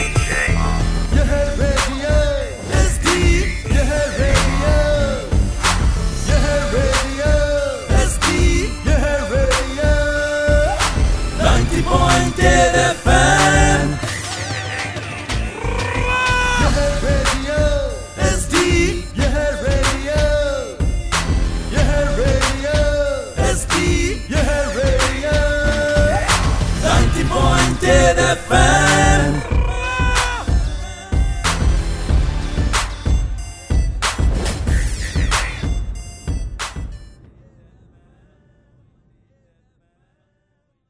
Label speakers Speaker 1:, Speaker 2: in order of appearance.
Speaker 1: यह radio SD यह radio यह रेडियो एसडी यह रेडियो 90.7